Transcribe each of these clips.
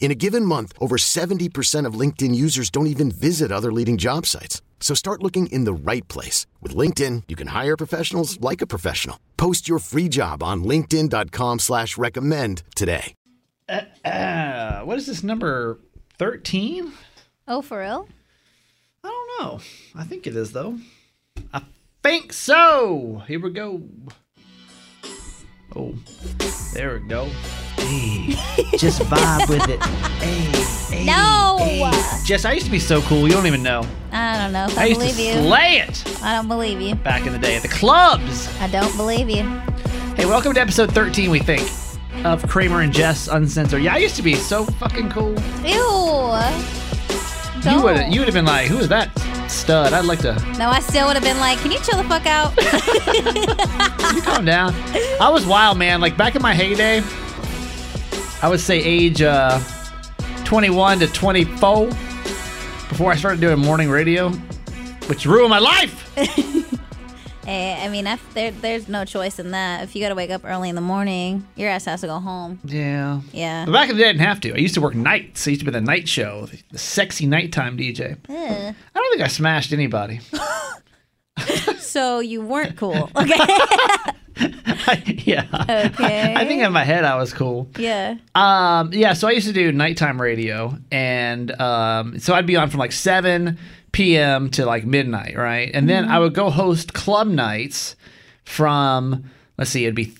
In a given month, over 70% of LinkedIn users don't even visit other leading job sites. So start looking in the right place. With LinkedIn, you can hire professionals like a professional. Post your free job on linkedin.com slash recommend today. Uh, uh, what is this number 13 Oh, for real? i don't know i think it is though i think so here we go oh there we go hey, just vibe with it hey, hey, No! hey. jess i used to be so cool you don't even know I don't know if i, I, used to believe you. slay it I don't believe you. back in the day at the clubs I don't believe you. hey welcome to episode 13 we think of kramer and jess uncensored yeah i used to be so fucking cool Ew. you Don't. would you would have been like who is that stud i'd like to No, I still would have been like, can you chill the fuck out? you calm down. I was wild, man. Like back in my heyday, I would say age uh, 21 to 24 before I started doing morning radio, which ruined my life. Eh, I mean, if there, there's no choice in that. If you got to wake up early in the morning, your ass has to go home. Yeah. Yeah. But back in the day, I didn't have to. I used to work nights. I used to be the night show, the- the sexy nighttime DJ. Ugh. I don't think I smashed anybody. So you weren't cool. Okay. yeah. Oh, Okay. I think in my head I was cool. yeah. Um, yeah, so I used to do nighttime radio, and um, so I'd be on from like 7 p.m. to like midnight, right? And then I would go host club nights from, let's see, it'd be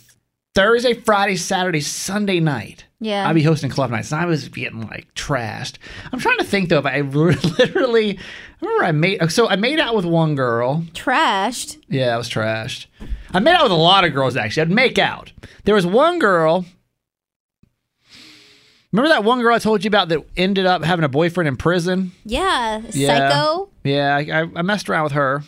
Thursday, Friday, Saturday, Sunday night. Yeah. I'd be hosting club nights, and I was getting like trashed. I'm trying to think though, if I literally, I remember I made, so I made out with one girl. Trashed. Yeah, I was trashed. I made out with a lot of girls actually. I'd make out. There was one girl. Remember that one girl I told you about that ended up having a boyfriend in prison? Yeah. Yeah. Psycho. Yeah, I, I- I messed around with her.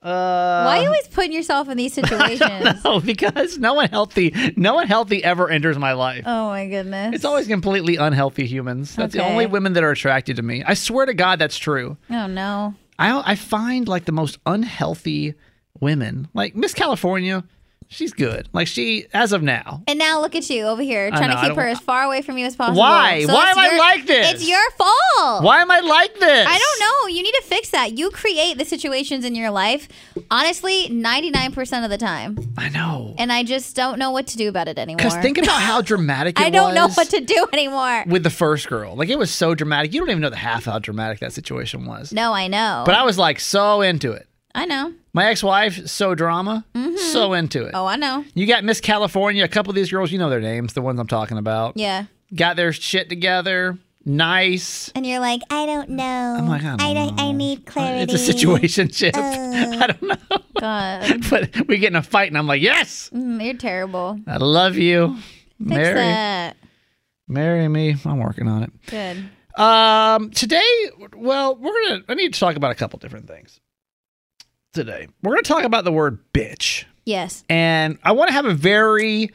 Uh, Why are you always putting yourself in these situations? no, because no one healthy, no one healthy ever enters my life. Oh my goodness. It's always completely unhealthy humans. That's the Okay. only women that are attracted to me. I swear to God, that's true. Oh no. I I find like the most unhealthy women, like Miss California. She's good. Like she, as of now, And now look at you over here I trying know, I to keep don't- her as far away from you as possible. Why? Why it's am I like this? It's your fault. Why am I like this? I don't know. You need to fix that. You create the situations in your life, honestly, 99% of the time. I know. And I just don't know what to do about it anymore. Because think about how dramatic it I don't know was what to do anymore. with the first girl. Like it was so dramatic. You don't even know the half how dramatic that situation was. No, I know. But I was like so into it. I know. My ex-wife, so drama, so into it. Oh, I know. You got Miss California, a couple of these girls, you know their names, the ones I'm talking about. Yeah. Got their shit together. Nice. And you're like, I don't know. I'm like, I don't Uh, don't- I need clarity. It's a situation Uh. ship. I don't know. God, But we get in a fight and I'm like, yes, Mm, you're terrible. I love you. Fix Marry, that. marry me. I'm working on it. Good. Um, today, well, we're gonna. I need to talk about a couple different things today. We're gonna talk about the word bitch, Yes. and I want to have a very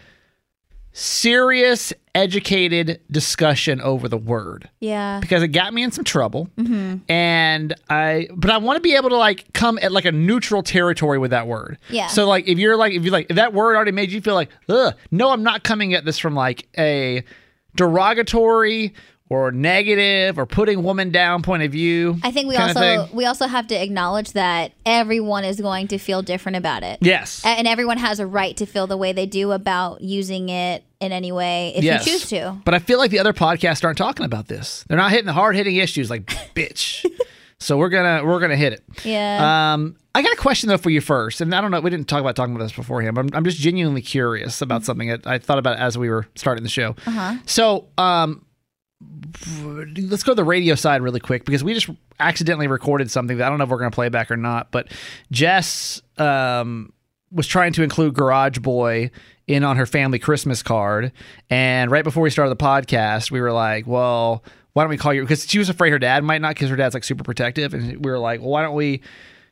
serious, educated discussion over the word Yeah. because it got me in some trouble, Mm-hmm. and I. But I want to be able to like come at like a neutral territory with that word. Yeah. So like, if you're like, if you like, if that word already made you feel like, ugh, no, I'm not coming at this from like a derogatory or negative or putting woman down point of view. I think we kinda also thing. we also have to acknowledge that everyone is going to feel different about it. Yes. A- And everyone has a right to feel the way they do about using it in any way if yes. you choose to. But I feel like the other podcasts aren't talking about this. They're not hitting the hard hitting issues like bitch. So we're gonna we're gonna hit it. Yeah. Um, I got a question though for you first, and I don't know. We didn't talk about talking about this beforehand, but I'm, I'm just genuinely curious about something that I thought about as we were starting the show. Mm-hmm. Uh-huh. So, um, let's go to the radio side really quick because we just accidentally recorded something that I don't know if we're going to play back or not. But Jess um, was trying to include Garage Boy in on her family Christmas card, and right before we started the podcast, we were like, "Well, why don't we call you?" Because she was afraid her dad might not, because her dad's like super protective, and we were like, "Well, why don't we?"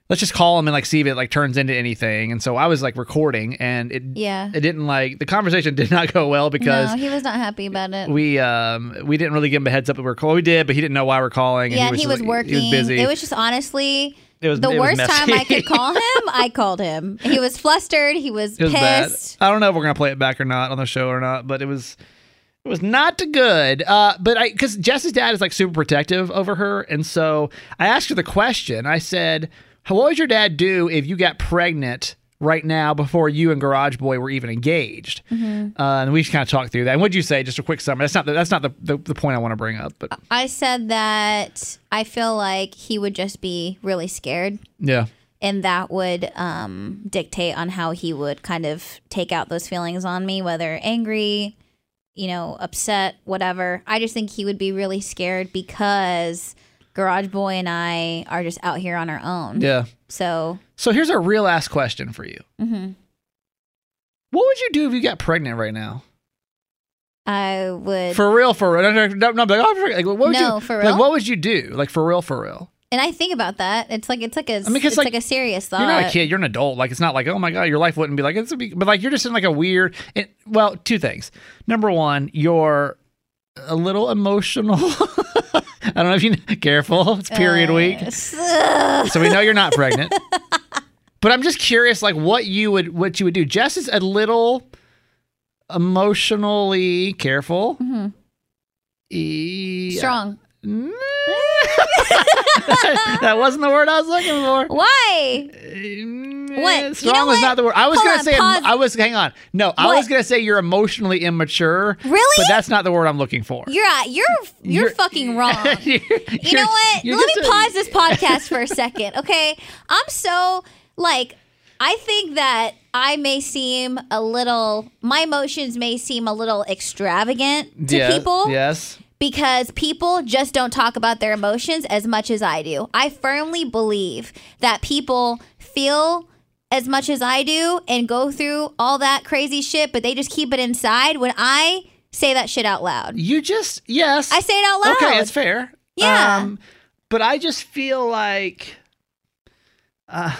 Let's just call him and like see if it like turns into anything. And so I was like recording, and it Yeah. it didn't like the conversation did not go well because no, he was not happy about it. we um we didn't really give him a heads up that we were calling. We did, but he didn't know why we're calling. and yeah, he just, was, like- working. He was busy. It was just honestly It was- the it was worst time I messy. could call him. I called him. He was flustered. He was, It was bad. pissed. I don't know if we're gonna play it back or not on the show or not, but it was it was not good. Uh, but I because Jess's dad is like super protective over her, and so I asked her the question. I said, "What would your dad do if you got pregnant?" Right now, before you and Garage Boy were even engaged, uh, and we just kind of talked through that. And what'd you say? Just a quick summary. That's not the, that's not the, the, the point I want to bring up, but I said that I feel like he would just be really scared, yeah, and that would um, dictate on how he would kind of take out those feelings on me, whether angry, you know, upset, whatever. I just think he would be really scared because Garage Boy and I are just out here on our own. yeah. So mm-hmm. So here's a real ass question for you. What would you do if you got pregnant right now? I would. For real, for real. No, no, no, no, like, oh, for- like, what would No, you, for Like, real? what would you do? Like, for real, for real. And I think about that. It's like it's like a I mean, 'cause, it's like, like, a serious thought. You're not a kid. You're an adult. Like, it's not like, oh my God, your life wouldn't be like, it's a big, but like, you're just in like a weird, it, well, two things. Number one, you're a little emotional. I don't know if you, careful, it's Uh. period week. Ugh. so we know you're not pregnant. but I'm just curious, like what you would what you would do. Jess is a little emotionally careful. Mm-hmm. E- Strong. that wasn't the word I was looking for. Why? Eh, You know Strong was what? not the word. I was Hold gonna on, say. em- pause. I was. Hang on. No, I What? was gonna say you're emotionally immature. Really? But that's not the word I'm looking for. You're uh, you're you're, You're- fucking wrong. You're- you know you're- what? you're Let me just a- pause this podcast for a second, okay? I'm so like I think that I may seem a little my emotions may seem a little extravagant to Yeah, people Yes. because people just don't talk about their emotions as much as I do. I firmly believe that people feel as much as I do and go through all that crazy shit, but they just keep it inside when I say that shit out loud. You just yes. I say it out loud. Okay, it's fair. Um, Yeah. but I just feel like, uh,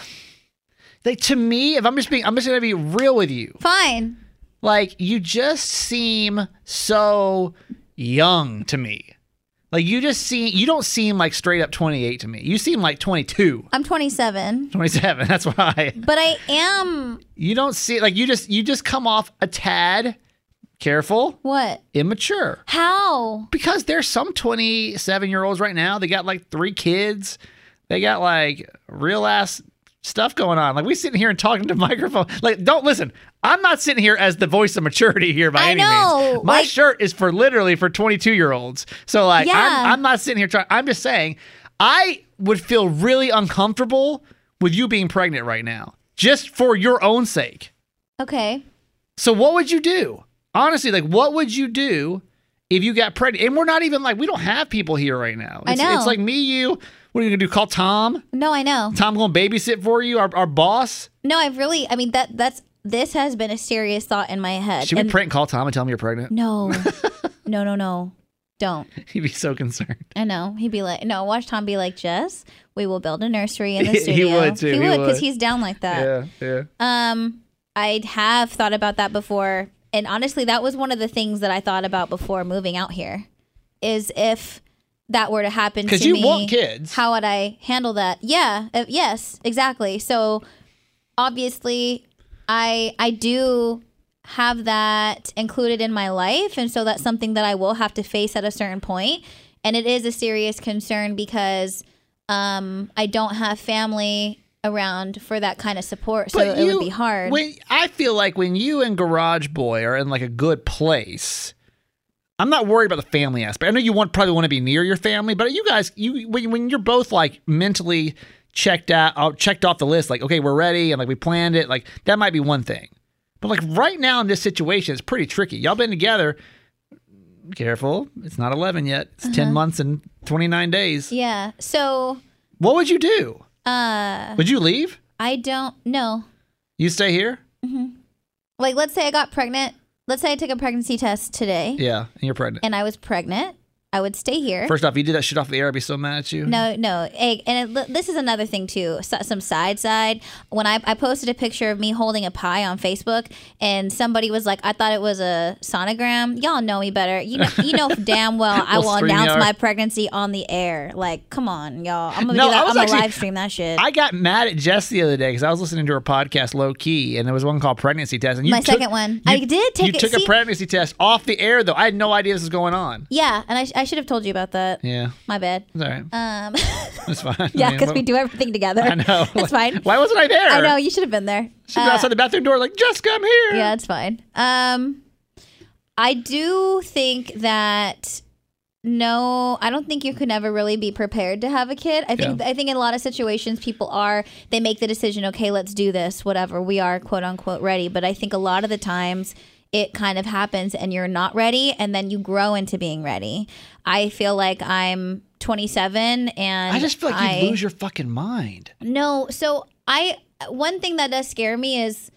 like to me, if I'm just being, I'm just gonna be real with you. Fine. Like you just seem so young to me. Like you just seem, you don't seem like straight up 28 to me. You seem like 22, I'm 27, 27. That's why but I am you don't see like you just you just come off a tad careful, what? immature. How? because there's some 27 year olds right now they got like three kids they got like real ass stuff going on like we sitting here and talking to microphone like don't listen i'm not sitting here as the voice of maturity here by I any know, means my like- shirt is for literally for 22 year olds so like I'm, Yeah. I'm not sitting here trying i'm just saying i would feel really uncomfortable with you being pregnant right now just for your own sake Okay. so what would you do? Honestly, like what would you do if you got pregnant? And we're not even like we don't have people here right now. I It's, know. It's like me, you. What are you gonna do? Call Tom? No, I know. Tom gonna babysit for you? Our, our boss? No, I've really I mean that that's this has been a serious thought in my head. Should we And- prank call Tom and tell him you're pregnant? no. no, no, no. Don't. He'd be so concerned. I know. He'd be like, no, watch Tom be like, Jess, we will build a nursery in the He studio. would, too. He He would, because would. he's down like that. Yeah, yeah. Um, I'd have thought about that before. And honestly, that was one of the things that I thought about before moving out here is if that were to happen to Because you me, want kids. how would I handle that? Yeah. uh, yes, exactly. So obviously I I do have that included in my life and so that's something that I will have to face at a certain point and it is a serious concern because um I don't have family around for that kind of support so it would be hard. When I feel like when you and Garage Boy are in like a good place, I'm not worried about the family aspect. I know you want probably want to be near your family, but you guys, you when, when you're both like mentally checked out, uh, checked off the list, like okay, we're ready and like we planned it, like that might be one thing. But like right now in this situation, it's pretty tricky. Y'all been together. Careful, it's not 11 yet. It's Uh-huh. 10 months and 29 days. Yeah. So What would you do? uh Would you leave? I don't know. You stay here? Like let's say I got pregnant. Let's say I took a pregnancy test today Yeah, and you're pregnant. and I was pregnant. I would stay here. First off, you did that shit off the air, I'd be so mad at you. No, no. Egg. And it, this is another thing too. So, some side side. When I, I posted a picture of me holding a pie on Facebook, and somebody was like, "I thought it was a sonogram." Y'all know me better. You know, you know damn well I Well, will announce StreamYard. my pregnancy on the air. Like, come on, y'all. I'm gonna No, do I that. I'm was gonna actually- live stream that shit. I got mad at Jess the other day because I was listening to her podcast low key, and there was one called pregnancy test. And you My took- second one. you- I did take You it- took a see- pregnancy test off the air though. I had no idea this was going on. yeah, and I, sh- I should have told you about that. Yeah, My bad. it's all right. Um, That's fine. I yeah, mean, because what- we do everything together. I know. It's fine. Why wasn't I there? I know you should have been there. She was Uh, outside the bathroom door, like Jessica, I'm here. Yeah, it's fine. Um, I do think that no, I don't think you could ever really be prepared to have a kid. I think I think in a lot of situations people are they make the decision, okay, let's do this, whatever. We are quote unquote ready, but I think a lot of the times it kind of happens and you're not ready and then you grow into being ready. I feel like I'm 27 and I just feel like I- you lose your fucking mind. no, so I one thing that does scare me is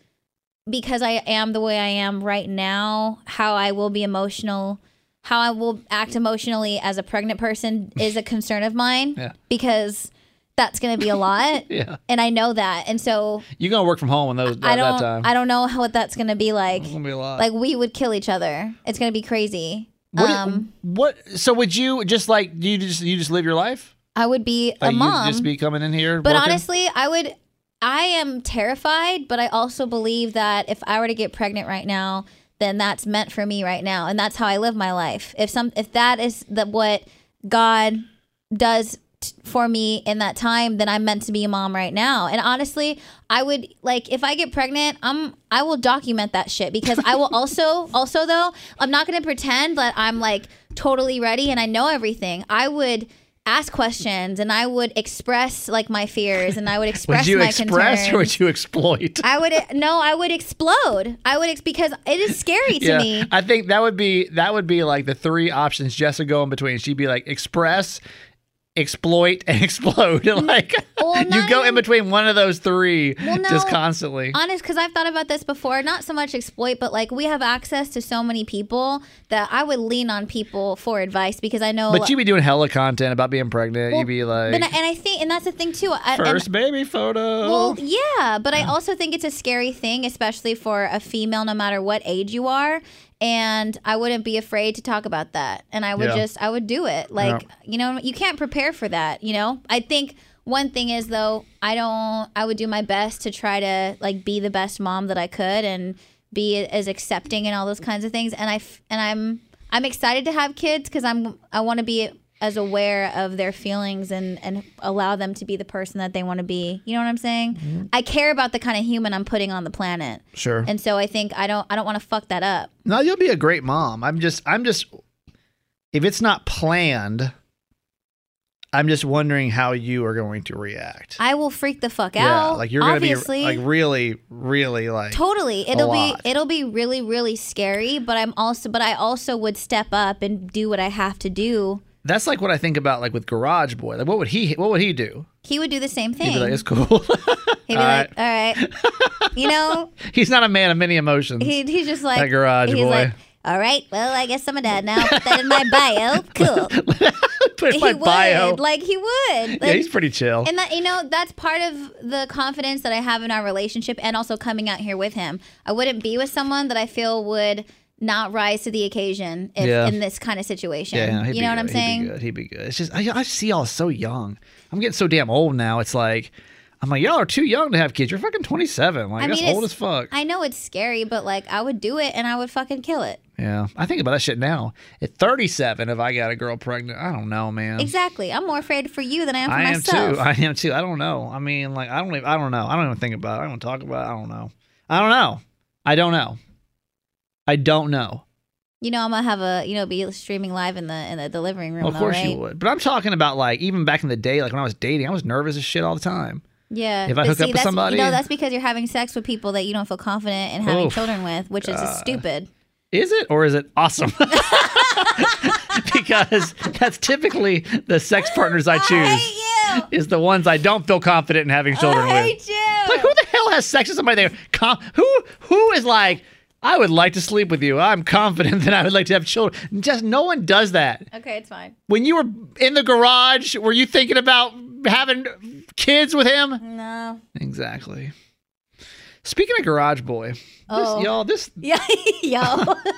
because I am the way I am right now, how I will be emotional, how I will act emotionally as a pregnant person is a concern of mine Yeah. because that's going to be a lot. Yeah, And I know that. And so you're gonna work from home on those I at that time. Oh don't I don't know how, what that's going to be like. it's gonna be a lot. Like we would kill each other. It's going to be crazy. what, do- um what? So would you just like you just you just live your life? I would be a Like, mom. You just be coming in here. But working? honestly, I would. I am terrified, but I also believe that if I were to get pregnant right now, then that's meant for me right now, and that's how I live my life. If some, if that is the what God does t- for me in that time, then I'm meant to be a mom right now. And honestly, I would like if I get pregnant, I'm I will document that shit because I will also also though I'm not gonna pretend that I'm like totally ready and I know everything. I would ask questions and I would express like my fears and I would express would you my express concerns. or would you exploit? I would no, I would explode. I would ex- because it is scary to me. I think that would be that would be like the three options Jess would go in between. She'd be like express, exploit, and explode. like well, you not go in even- between one of those three Well, just no. constantly. honest because i've thought about this before not so much exploit but like we have access to so many people that i would lean on people for advice because i know but you'd be doing hella content about being pregnant. well, you'd be but like I- and i think and that's the thing too I, and- first baby photo. well yeah but i also think it's a scary thing especially for a female no matter what age you are and i wouldn't be afraid to talk about that and i would Yeah. just i would do it like you know you can't prepare for that you know i think one thing is though i don't i would do my best to try to like be the best mom that i could and be as accepting and all those kinds of things and i f- and i'm i'm excited to have kids because i'm i want to be as aware of their feelings and and allow them to be the person that they want to be you know what i'm saying Mm-hmm. i care about the kind of human i'm putting on the planet sure. and so i think i don't i don't want to fuck that up No, you'll be a great mom. I'm just, I'm just, if it's not planned, I'm just wondering how you are going to react. i will freak the fuck out like you're obviously gonna be like really, really like totally it'll be lot. it'll be really really scary but i'm also but i also would step up and do what i have to do That's like what I think about, like with Garage Boy. Like, what would he? What would he do? he would do the same thing He'd be like, "It's cool." He'd be All like, all right. you know, he's not a man of many emotions. he, he's just like, That garage he's boy. like, all right, well, I guess I'm a dad now. Put that in my bio. Cool. Put in he my would. bio. Like, he would. Like, yeah, he's pretty chill. and that, you know, that's part of the confidence that I have in our relationship and also coming out here with him. I wouldn't be with someone that I feel would not rise to the occasion if, Yeah. in this kind of situation. yeah, no, he'd you be know what I'm good. saying? He'd be good. He'd be good. It's just I, I see y'all so young. I'm getting so damn old now. It's like I'm like y'all are too young to have kids. You're fucking 27. Like I that's mean, it's- old as fuck. I know it's scary, but like, I would do it and I would fucking kill it. yeah, I think about that shit now. At 37, if I got a girl pregnant, I don't know, man. Exactly. I'm more afraid for you than I am for I am myself. too. I am too. I don't know. I mean, like, I don't even. I don't know. I don't even think about. it. I don't talk about. it. I don't know. I don't know. I don't know. I don't know. I don't know. You know, I'm gonna have a you know be streaming live in the in the, the living room. Well, of though, course right? you would. But I'm talking about like even back in the day, like when I was dating, I was nervous as shit all the time. Yeah. If I but hook up see, with that's, somebody- you know, that's because you're having sex with people that you don't feel confident in having Oof, children with, which is just stupid. Is it or is it awesome? because that's typically the sex partners I choose I hate you. is the ones I don't feel confident in having children I with. hate you. Like who the hell has sex with somebody there? Com- who who is like I would like to sleep with you. I'm confident that I would like to have children. Just no one does that. okay, it's fine. When you were in the garage, were you thinking about having kids with him? Mm-hmm. No. Exactly. Speaking of Garage Boy, this, Oh. y'all, this Yeah, yo.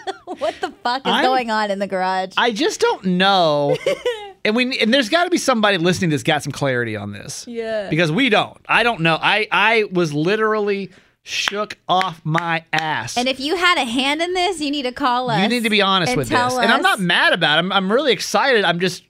what the fuck is I'm- going on in the garage? I just don't know. and we and there's got to be somebody listening that's got some clarity on this. Yeah. Because we don't. I don't know. I I was literally shook off my ass. and if you had a hand in this, you need to call us. you need to be honest and with this. tell And I'm us. not mad about it. I'm, I'm really excited. I'm just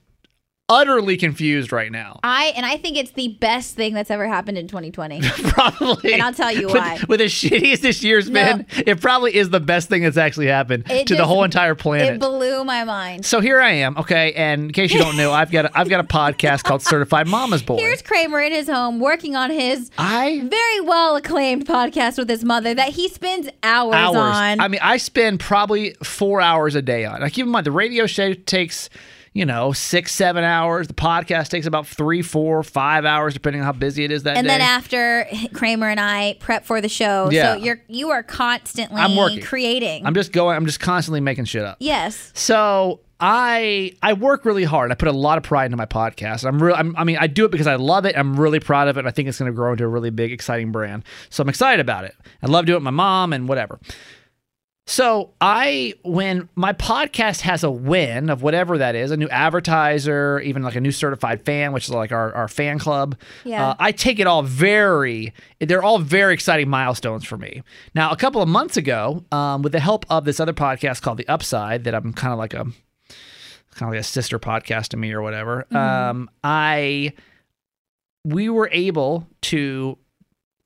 utterly confused right now. I and I think it's the best thing that's ever happened in 2020. Probably. And I'll tell you with, why. With as shitty as this year's No. been, it probably is the best thing that's actually happened It to the just- whole entire planet. it blew my mind. So here I am, okay. And in case you don't know, I've got a, I've got a podcast called Certified Mama's Boy. Here's Kramer in his home working on his I very well acclaimed podcast with his mother that he spends hours, hours. on. I mean, I spend probably four hours a day on. it. Like keep in mind, the radio show takes you know six seven hours. The podcast takes about three, four, five hours, depending on how busy it is that and day. then after Kramer and I prep for the show, Yeah. so you're you are constantly I'm working. creating. I'm just going. I'm just constantly making shit up. yes, So I I work really hard. I put a lot of pride into my podcast. I'm real. I'm, I mean, I do it because I love it. I'm really proud of it. And I think it's going to grow into a really big, exciting brand. So I'm excited about it. I love doing it with my mom and whatever. So I when my podcast has a win of whatever that is, a new advertiser, even like a new certified fan, which is like our, our fan club. Yeah. uh, I take it all very they're all very exciting milestones for me. Now, a couple of months ago, um, with the help of this other podcast called The Upside, that I'm kind of like a kind of like a sister podcast to me or whatever. Um, I we were able to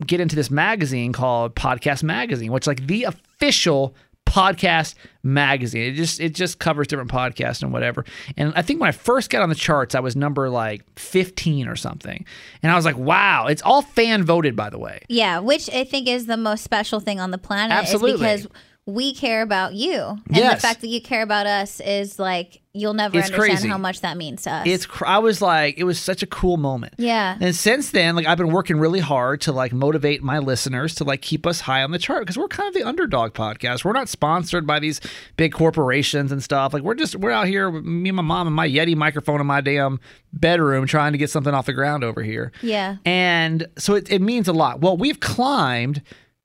get into this magazine called Podcast Magazine, which is like the official podcast magazine. It just it just covers different podcasts and whatever. And I think when I first got on the charts, I was number like 15 or something. And I was like, wow, it's all fan voted by the way. yeah, which I think is the most special thing on the planet. Absolutely. is because we care about you, and Yes. the fact that you care about us is like you'll never It's understand crazy. how much that means to us. It's cr- I was like it was such a cool moment. yeah, And since then, like I've been working really hard to like motivate my listeners to like keep us high on the chart because we're kind of the underdog podcast. We're not sponsored by these big corporations and stuff. Like we're just we're out here, with me and my mom and my Yeti microphone in my damn bedroom trying to get something off the ground over here. yeah. And so it, it means a lot. Well, we've climbed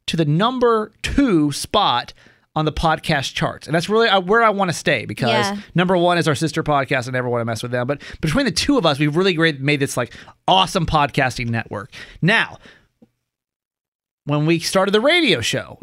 to the number two spot on the podcast charts. And that's really uh, where I want to stay because Yeah. number one is our sister podcast. I never want to mess with them. But between the two of us, we've really great, made this like awesome podcasting network. Now, when we started the radio show,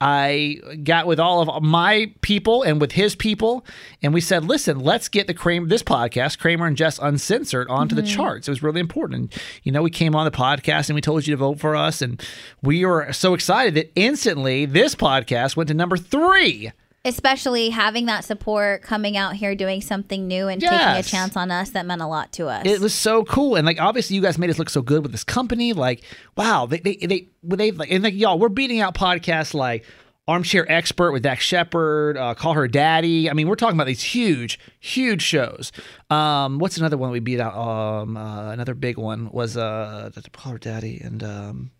I got with all of my people and with his people, and we said, "Listen, let's get the Kramer this podcast, Kramer and Jess Uncensored, onto the charts." It was really important. And, you know, we came on the podcast and we told you to vote for us, and we were so excited that instantly this podcast went to number three. Especially having that support, coming out here doing something new and taking a Yes. chance on us, that meant a lot to us. It was so cool, and like obviously you guys made us look so good with this company. Like, wow, they they they well, they like and like y'all, we're beating out podcasts like Armchair Expert with Dax Shepard, uh, Call Her Daddy. I mean, we're talking about these huge, huge shows. Um, what's another one we beat out? Um, uh, another big one was uh, Call Her Daddy and um.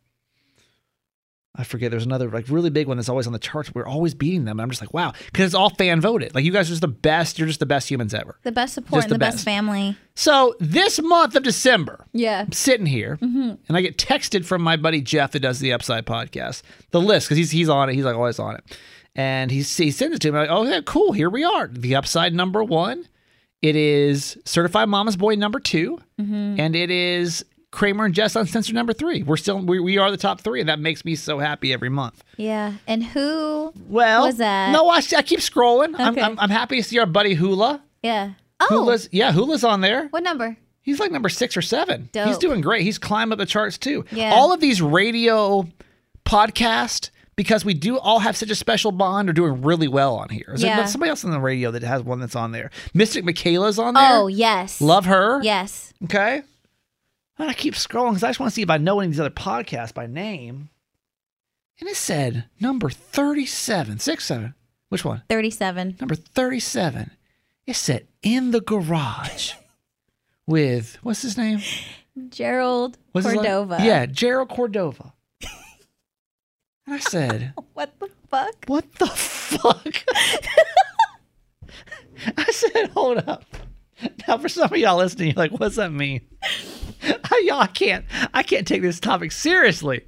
I forget. There's another like really big one that's always on the charts. We're always beating them. And I'm just like, wow, because it's all fan voted. Like you guys are just the best. You're just the best humans ever. the best support Just and the the best best. family. So this month of December, Yeah. Mm-hmm. I'm sitting here and I get texted from my buddy Jeff that does the Upside podcast, the list, because he's he's on it. He's like always on it. And he, he sends it to me. I'm like, oh, yeah, cool. Here we are. The Upside number one. It is Certified Mama's Boy number 2 Mm-hmm. And it is Kramer and Jess Uncensored number three. We're still, we, we are the top three. And that makes me so happy every month. Yeah. And who Well, was that? no, I, I keep scrolling. I'm, Okay. I'm, I'm happy to see our buddy Hula. Yeah. Oh, Hula's, yeah, Hula's on there. what number? He's like number six or seven. Dope. He's doing great. He's climbed up the charts too. Yeah. All of these radio podcast because we do all have such a special bond, are doing really well on here. Is there Yeah. not somebody else on the radio that has one that's on there? Mystic Michaela's on there. Oh yes. love her. Yes. Okay. And I keep scrolling because I just want to see if I know any of these other podcasts by name. And it said number 37, 67. Which one? Thirty-seven. Number 37. It said in the garage with, what's his name? Gerald What's his la- Cordova. yeah, Gerald Cordova. and I said, What the fuck? what the fuck? I said, hold up. Now, for some of y'all listening, you're like, what's that mean? I, y'all, I can't, I can't take this topic seriously.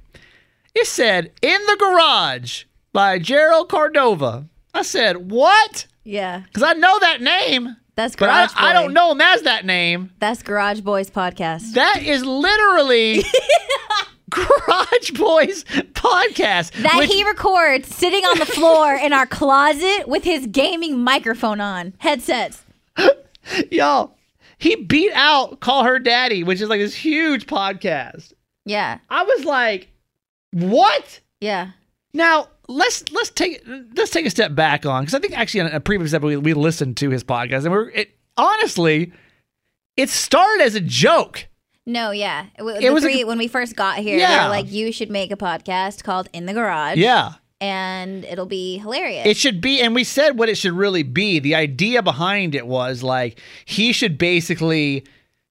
It said, "In the Garage" by Gerald Cordova. I said, what? Yeah. Because I know that name, That's but I, Garage I Boy. don't know him as that name. That's Garage Boys podcast. That is literally Garage Boys podcast. That which- he records sitting on the floor in our closet with his gaming microphone on, headsets. Y'all, he beat out Call Her Daddy, which is like this huge podcast. Yeah. I was like, what? Yeah. Now let's let's take let's take a step back on because I think actually on a previous episode we, we listened to his podcast and we're it, honestly, it started as a joke. No, yeah. It, w- It the was a three, g- when we first got here, they Yeah. were like, you should make a podcast called In the Garage. Yeah. And it'll be hilarious. It should be, and we said what it should really be. The idea behind it was like he should basically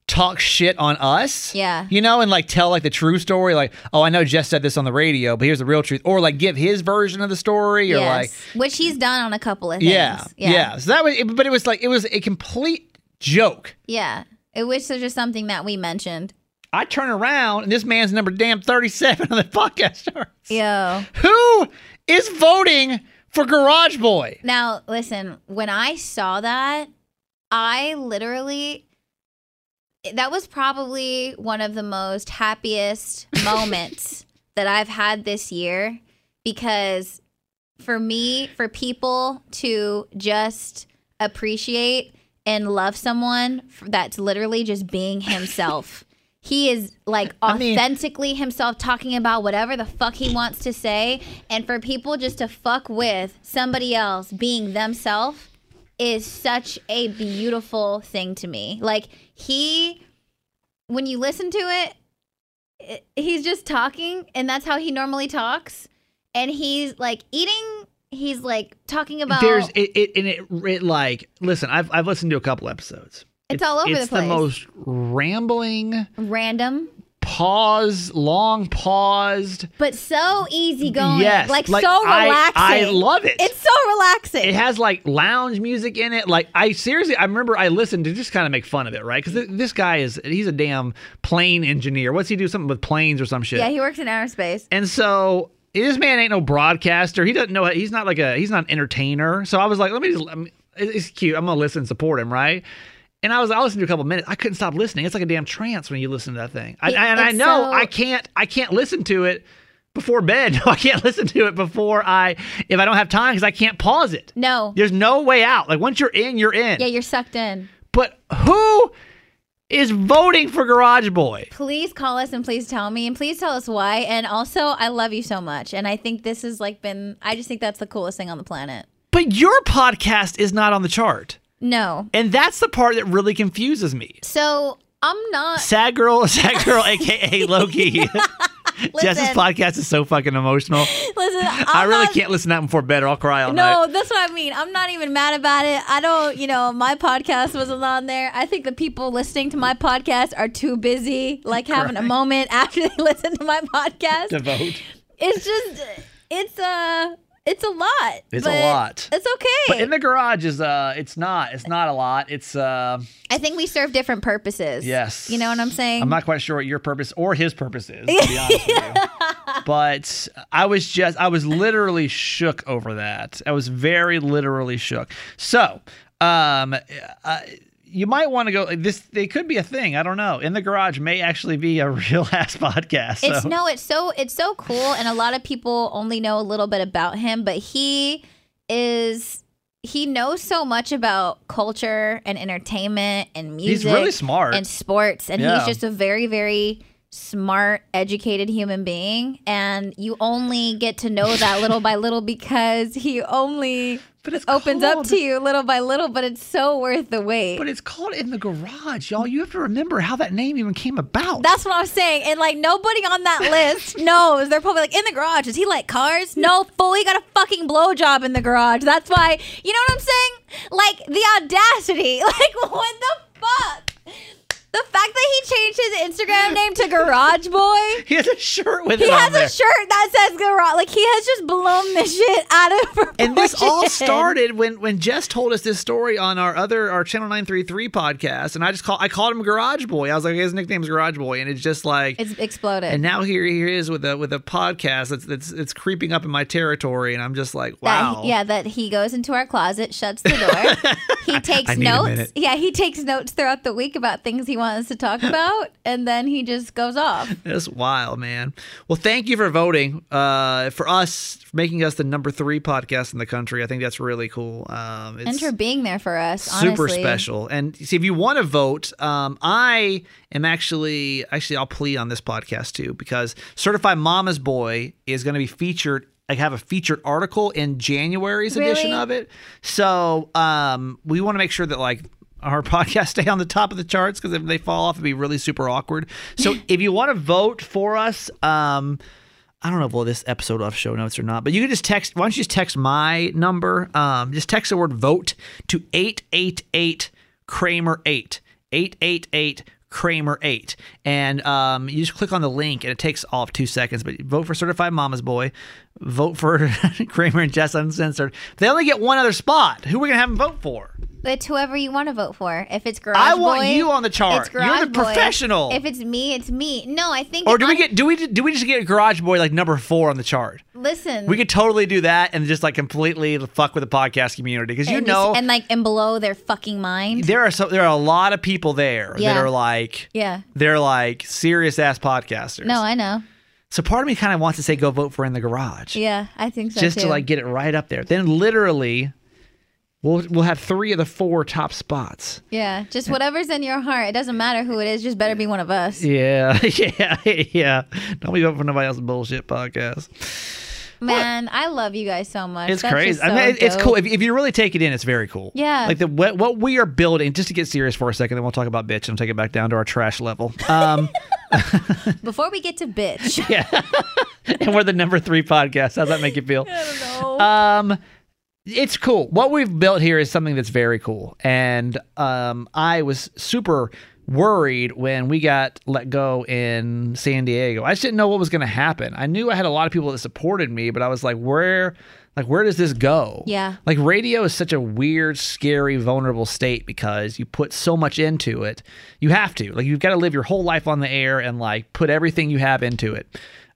talk shit on us. Yeah. You know, and like tell like the true story, like, oh, I know Jess said this on the radio, but here's the real truth. Or like give his version of the story, or like, Which he's done on a couple of things. yeah, yeah. So that was, it, but it was like, it was a complete joke. Yeah. It was just something that we mentioned. I turn around and this man's number damn 37 on the podcast charts. Yo. Who is voting for Garage Boy? Now, listen, when I saw that, I literally eh, that was probably one of the most happiest moments that I've had this year because for me, for people to just appreciate and love someone f- that's literally just being himself. He is like I mean- authentically himself talking about whatever the fuck he wants to say. And for people just to fuck with somebody else being themselves is such a beautiful thing to me. Like, he, when you listen to it, it- he's just talking, and that's how he normally talks. And he's like eating, he's like talking about. There's it, it and it, it like listen. I've I've listened to a couple episodes. It's all over it's the place. most rambling random, pause, long paused. but so easy going. Yes, like, like, so I- relaxing. I love it. It's so relaxing. It has like lounge music in it. Like I seriously, I remember I listened to just kind of make fun of it, right? Because th- this guy is he's a damn plane engineer. What's he do? Something with planes or some shit. yeah, he works in aerospace. And so this man ain't no broadcaster. He doesn't know. He's not like a. He's not an entertainer. So I was like, let me just. let me- it- It's cute. I'm gonna listen, and support him, right? And I was. I listened to a couple minutes. I couldn't stop listening. It's like a damn trance when you listen to that thing. I, It- I- and I it's know so- I can't. I can't listen to it before bed. No, I can't listen to it before I. If I don't have time, because I can't pause it. No. There's no way out. Like once you're in, you're in. Yeah, you're sucked in. but who is voting for Garage Boy? Please call us and please tell me and please tell us why. And also, I love you so much. And I think this has like been, I just think that's the coolest thing on the planet. But your podcast is not on the chart. No. And that's the part that really confuses me. So I'm not. Sad girl, sad girl, aka Loki. Jess's Listen. podcast is so fucking emotional. Listen, I'm i really not- can't listen to that one before bed or I'll cry all No, night. that's what I mean. I'm not even mad about it. I don't, you know, my podcast wasn't on there. I think the people listening to my podcast are too busy, like having a moment after they listen to my podcast. vote. It's just, it's a, it's a lot. It's a but lot. It's okay. But in the garage is uh it's not. It's not a lot. It's uh I think we serve different purposes. yes. You know what I'm saying? I'm not quite sure what your purpose or his purpose is, to be honest with you. But I was just I was literally shook over that. I was very literally shook. So, um uh, you might want to go this they could be a thing, I don't know. In the garage may actually be a real ass podcast. It's so- no, it's so it's so cool, and a lot of people only know a little bit about him, but he is he knows so much about culture and entertainment and music. He's really smart. and sports, and Yeah. he's just a very very smart, educated human being, and you only get to know that little by little because he only But it's opens up called- to you little by little. But it's so worth the wait. But it's called In the Garage, y'all. You have to remember how that name even came about. That's what I'm saying. And like nobody on that list knows. They're probably like in the garage. Does he like cars? No, fool. He got a fucking blowjob in the garage. That's why. You know what I'm saying? Like the audacity. Like what the fuck? The fact that he changed his Instagram name to Garage Boy. he has a shirt with He it has on there. a shirt that says garage. Like he has just blown this shit out of proportion. And this all started when when Jess told us this story on our other our Channel 933 podcast, and I just call I called him Garage Boy. I was like, his nickname's Garage Boy, and it's just like It's exploded. and now here he is with a with a podcast that's that's it's creeping up in my territory, and I'm just like, That wow, he, yeah, that he goes into our closet, shuts the door. he takes I need a notes. minute. Yeah, he takes notes throughout the week about things he wants to talk about, and then he just goes off. That's wild, man. Well, thank you for voting uh, for us, for making us the number three podcast in the country. I think that's really cool. Um, it's and for being there for us, super honestly. special. And see, if you want to vote, um, I am actually actually I'll plea on this podcast too because Certified Mama's Boy is going to be featured. I have a featured article in January's edition Really? of it. So um, we want to make sure that like our podcast stay on the top of the charts because if they fall off, it'd be really super awkward. So if you want to vote for us. Um, I don't know if we'll this episode off show notes or not, but you can just text. Why don't you just text my number? Um, just text the word vote to 888 Kramer 8. 888 Kramer 8. And um, you just click on the link and it takes off two seconds, but vote for Certified Mama's Boy. Vote for Kramer and Jess Uncensored. They only get one other spot. Who are we going to have them vote for? It's whoever you want to vote for. If it's Garage I want Boy, you on the chart. It's You're Garage the Boy. professional. If it's me, it's me. No, I think. Or do we on- get do we do we just get Garage Boy like number four on the chart? listen? We could totally do that and just like completely fuck with the podcast community because you and know and like and below their fucking mind. there are so there are a lot of people there Yeah. that are like yeah. they're like serious ass podcasters. No, I know. so part of me kind of wants to say go vote for in the garage Yeah, I think so just too. to like get it right up there. Then literally we'll we'll have three of the four top spots. yeah, just whatever's in your heart. It doesn't matter who it is. Just better be one of us. Yeah, yeah, yeah. Don't be voting for nobody else's bullshit podcast. Man, I love you guys so much. It's That's crazy. just I so mean, it- it's dope. cool. If, if you really take it in, it's very cool. Yeah. Like the what, what we are building. Just to get serious for a second, then we'll talk about bitch and take it back down to our trash level. Um, Before we get to bitch, and we're the number three podcast. How's that make you feel? I don't know. Um, it's cool. What we've built here is something that's very cool, and um, I was super worried when we got let go in San Diego. I just didn't know what was going to happen. I knew I had a lot of people that supported me, but I was like, where, like, where does this go? Yeah. Like radio is such a weird, scary, vulnerable state because you put so much into it. You have to. Like you've got to live your whole life on the air and like put everything you have into it.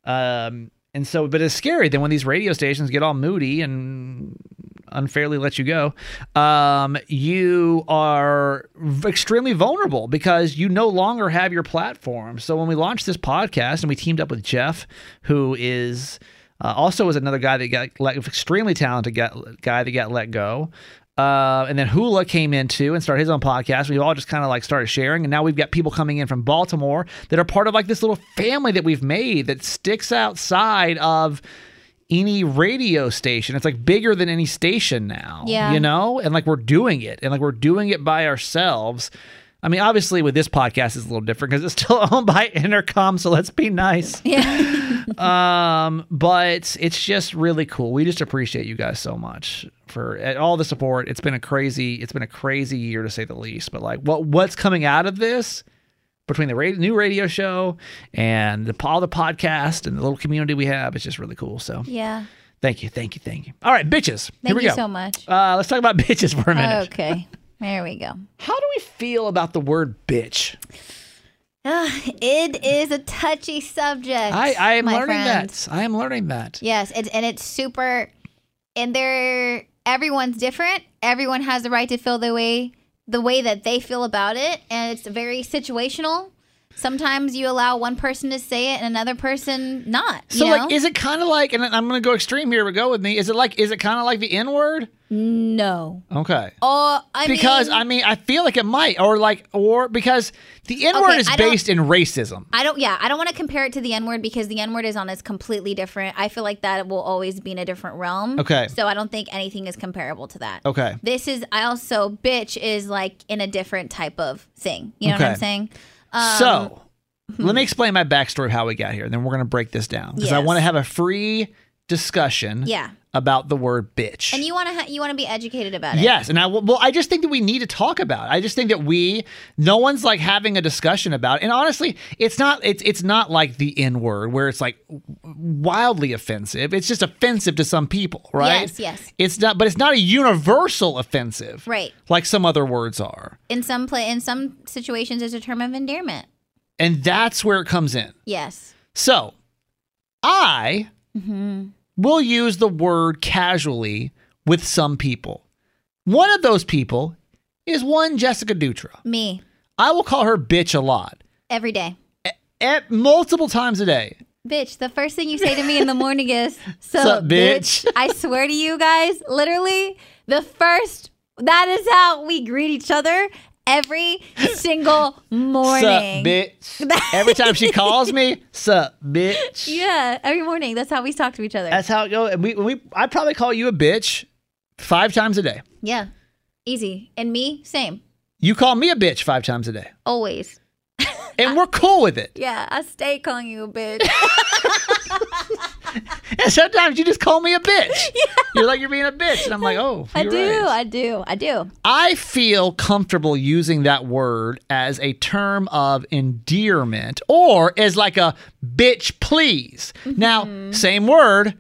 Um and so but it's scary then when these radio stations get all moody and unfairly let you go, um, you are v- extremely vulnerable because you no longer have your platform. So when we launched this podcast and we teamed up with Jeff, who is uh, also was another guy that got like extremely talented guy, guy that got let go. Uh, and then Hula came in too and started his own podcast. We all just kind of like started sharing, and now we've got people coming in from Baltimore that are part of like this little family that we've made that sticks outside of any radio station. It's like bigger than any station now. Yeah. You know? And like we're doing it. And like we're doing it by ourselves. I mean, obviously with this podcast it's a little different because it's still owned by Intercom, so let's be nice. yeah. um, but it's just really cool. We just appreciate you guys so much for uh, all the support. It's been a crazy, it's been a crazy year to say the least. But like what what's coming out of this between the radio, new radio show and the all the podcast and the little community we have, it's just really cool. So yeah. Thank you, thank you, thank you. All right, bitches. Here Thank we you go. so much. Uh, let's talk about bitches for a minute. Okay. There we go. How do we feel about the word bitch? Ah, it is a touchy subject. I, I am my learning friend. that. I am learning that. Yes, it's and it's super and they're everyone's different. Everyone has the right to feel the way the way that they feel about it and it's very situational. sometimes you allow one person to say it and another person not. So you know? like, is it kind of like? And I'm gonna go extreme here, but go with me. Is it like? Is it kind of like the N word? no. Okay. Or Oh, I because mean, I mean, I feel like it might, or like, or because the N word Okay, is I don't- based in racism. I don't. Yeah, I don't want to compare it to the N word because the N word is on its completely different. I feel like that will always be in a different realm. Okay. So I don't think anything is comparable to that. Okay. This is I also bitch is like in a different type of thing. You know what Okay. I'm saying? Um, so hmm. let me explain my backstory of how we got here, and then we're gonna break this down because I Yes. want to have a free discussion. Yeah. About the word bitch. And you want to ha- you want to be educated about it. Yes, and I will- well, I just think that we need to talk about. It. I just think that we, no one's like having a discussion about. It. And honestly, it's not. It's it's not like the N word where it's like wildly offensive. It's just offensive to some people, right? Yes, yes. It's not, but it's not a universal offensive, Right. Like some other words are, In some play, in some situations, it's a term of endearment. and that's where it comes in. Yes. So, I Mm-hmm. will use the word casually with some people. One of those people is one Jessica Dutra. Me I will call her bitch a lot, every day. at multiple times a day. Bitch, the first thing you say to me in the morning is "Sup, Sup, bitch?" bitch?" I swear to you guys, literally, the first that is how we greet each other every single morning. Sup, bitch. Every time she calls me, sup, bitch. Yeah, every morning. That's how we talk to each other. That's how it goes. And we, we, I probably call you a bitch five times a day. yeah, easy. And me, same, You call me a bitch five times a day, always. and we're cool with it. Yeah, I stay calling you a bitch. And sometimes you just call me a bitch. You're like you're being a bitch, and I'm like, oh, I you're do, right. I do, I do. I feel comfortable using that word as a term of endearment or as like a bitch please. Mm-hmm. Now, same word,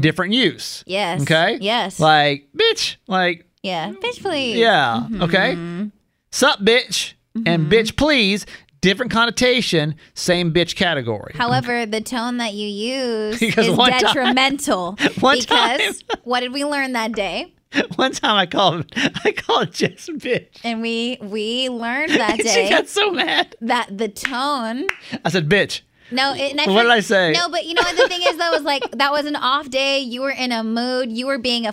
different use. Yes. Okay? Yes. Like bitch, like Yeah, bitch, Mm-hmm. please. yeah, okay? Sup bitch Mm-hmm. and bitch please, different connotation, same bitch category. However, the tone that you use Because is one time- detrimental. one because what did we learn that day? One time I called I called Jess a bitch. And we we learned And that she day got so mad. that the tone. I said bitch. No, it, and What did feel- I say? No, but you know what the thing is though is like that was an off day. You were in a mood. You were being a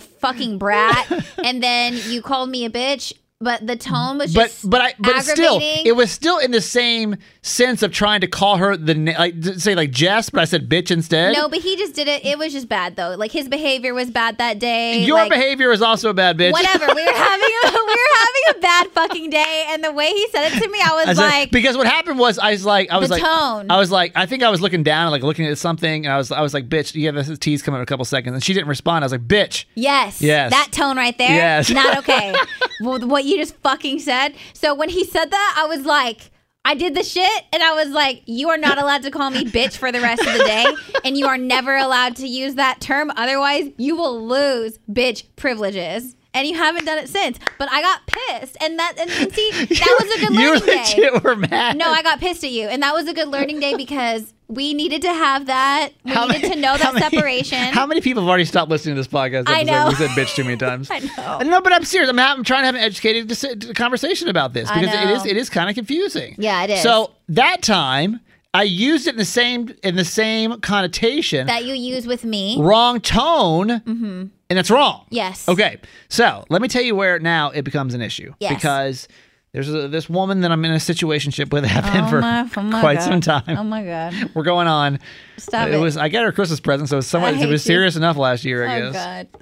fucking brat, and then you called me a bitch. But the tone was but just but I but still aggravating. it was still in the same sense of trying to call her the na- like d- say like Jess, but I said bitch instead. no, but he just did it. It was just bad though. Like his behavior was bad that day. your like, behavior is also a bad bitch. whatever. We were having a, we were having a bad fucking day, and the way he said it to me, I was I said- like, because what happened was I was like I was The like tone. I was like I think I was looking down like looking at something and I was I was like bitch yeah this tea's coming in a couple seconds and she didn't respond I was like bitch "Yes, Yes. that tone right there, Yes. not okay." Well, what you just fucking said. So when he said that, I was like. I did the shit and I was like, you are not allowed to call me bitch for the rest of the day. And you are never allowed to use that term. Otherwise, you will lose bitch privileges. And you haven't done it since. But I got pissed. And that, and, and see, that was a good you learning day. legit were mad No, I got pissed at you, and that was a good learning day because we needed to have that. We needed to know how that many- separation. how many people have already stopped listening to this podcast? I episode? know. We said bitch too many times. I know. No, but I'm serious. I'm, ha- I'm trying to have an educated dis- conversation about this I because it is know. it is kind of confusing. Yeah, it is. So that time I used it in the same in the same connotation, that you use with me? wrong tone, and that's wrong. Yes. Okay. So let me tell you where now it becomes an issue Yes. because there's a, this woman that I'm in a situationship with. I've Oh been for quite some time. my god! We're going on. Stop it, it. was I got her a Christmas present, so it's somewhat I it hate was you. serious enough last year, I Oh guess. god.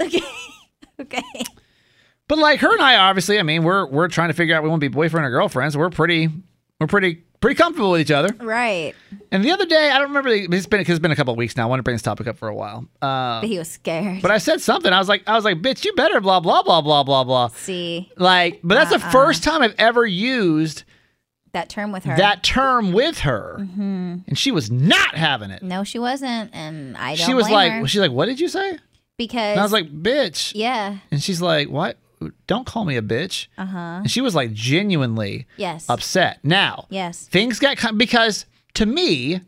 Okay. okay. But like her and I, obviously, I mean, we're we're trying to figure out we want to be boyfriend or girlfriend, so we're pretty we're pretty pretty comfortable with each other. Right. And the other day, I don't remember. the- It's been cause it's been a couple of weeks now. I want to bring this topic up for a while. Uh, but he was scared. but I said something. I was like, I was like, bitch, you better blah blah blah blah blah blah. See Like, but that's Uh-uh. the first time I've ever used that term with her? Mm-hmm. that term with her, and she was not having it. no, she wasn't, and I Mm-hmm. don't. She was blame like, her she's like, what did you say? because And I was like, bitch. yeah, And she's like, what? Don't call me a bitch. uh huh, And she was like, genuinely yes, upset. Now, yes, things got kind because to me,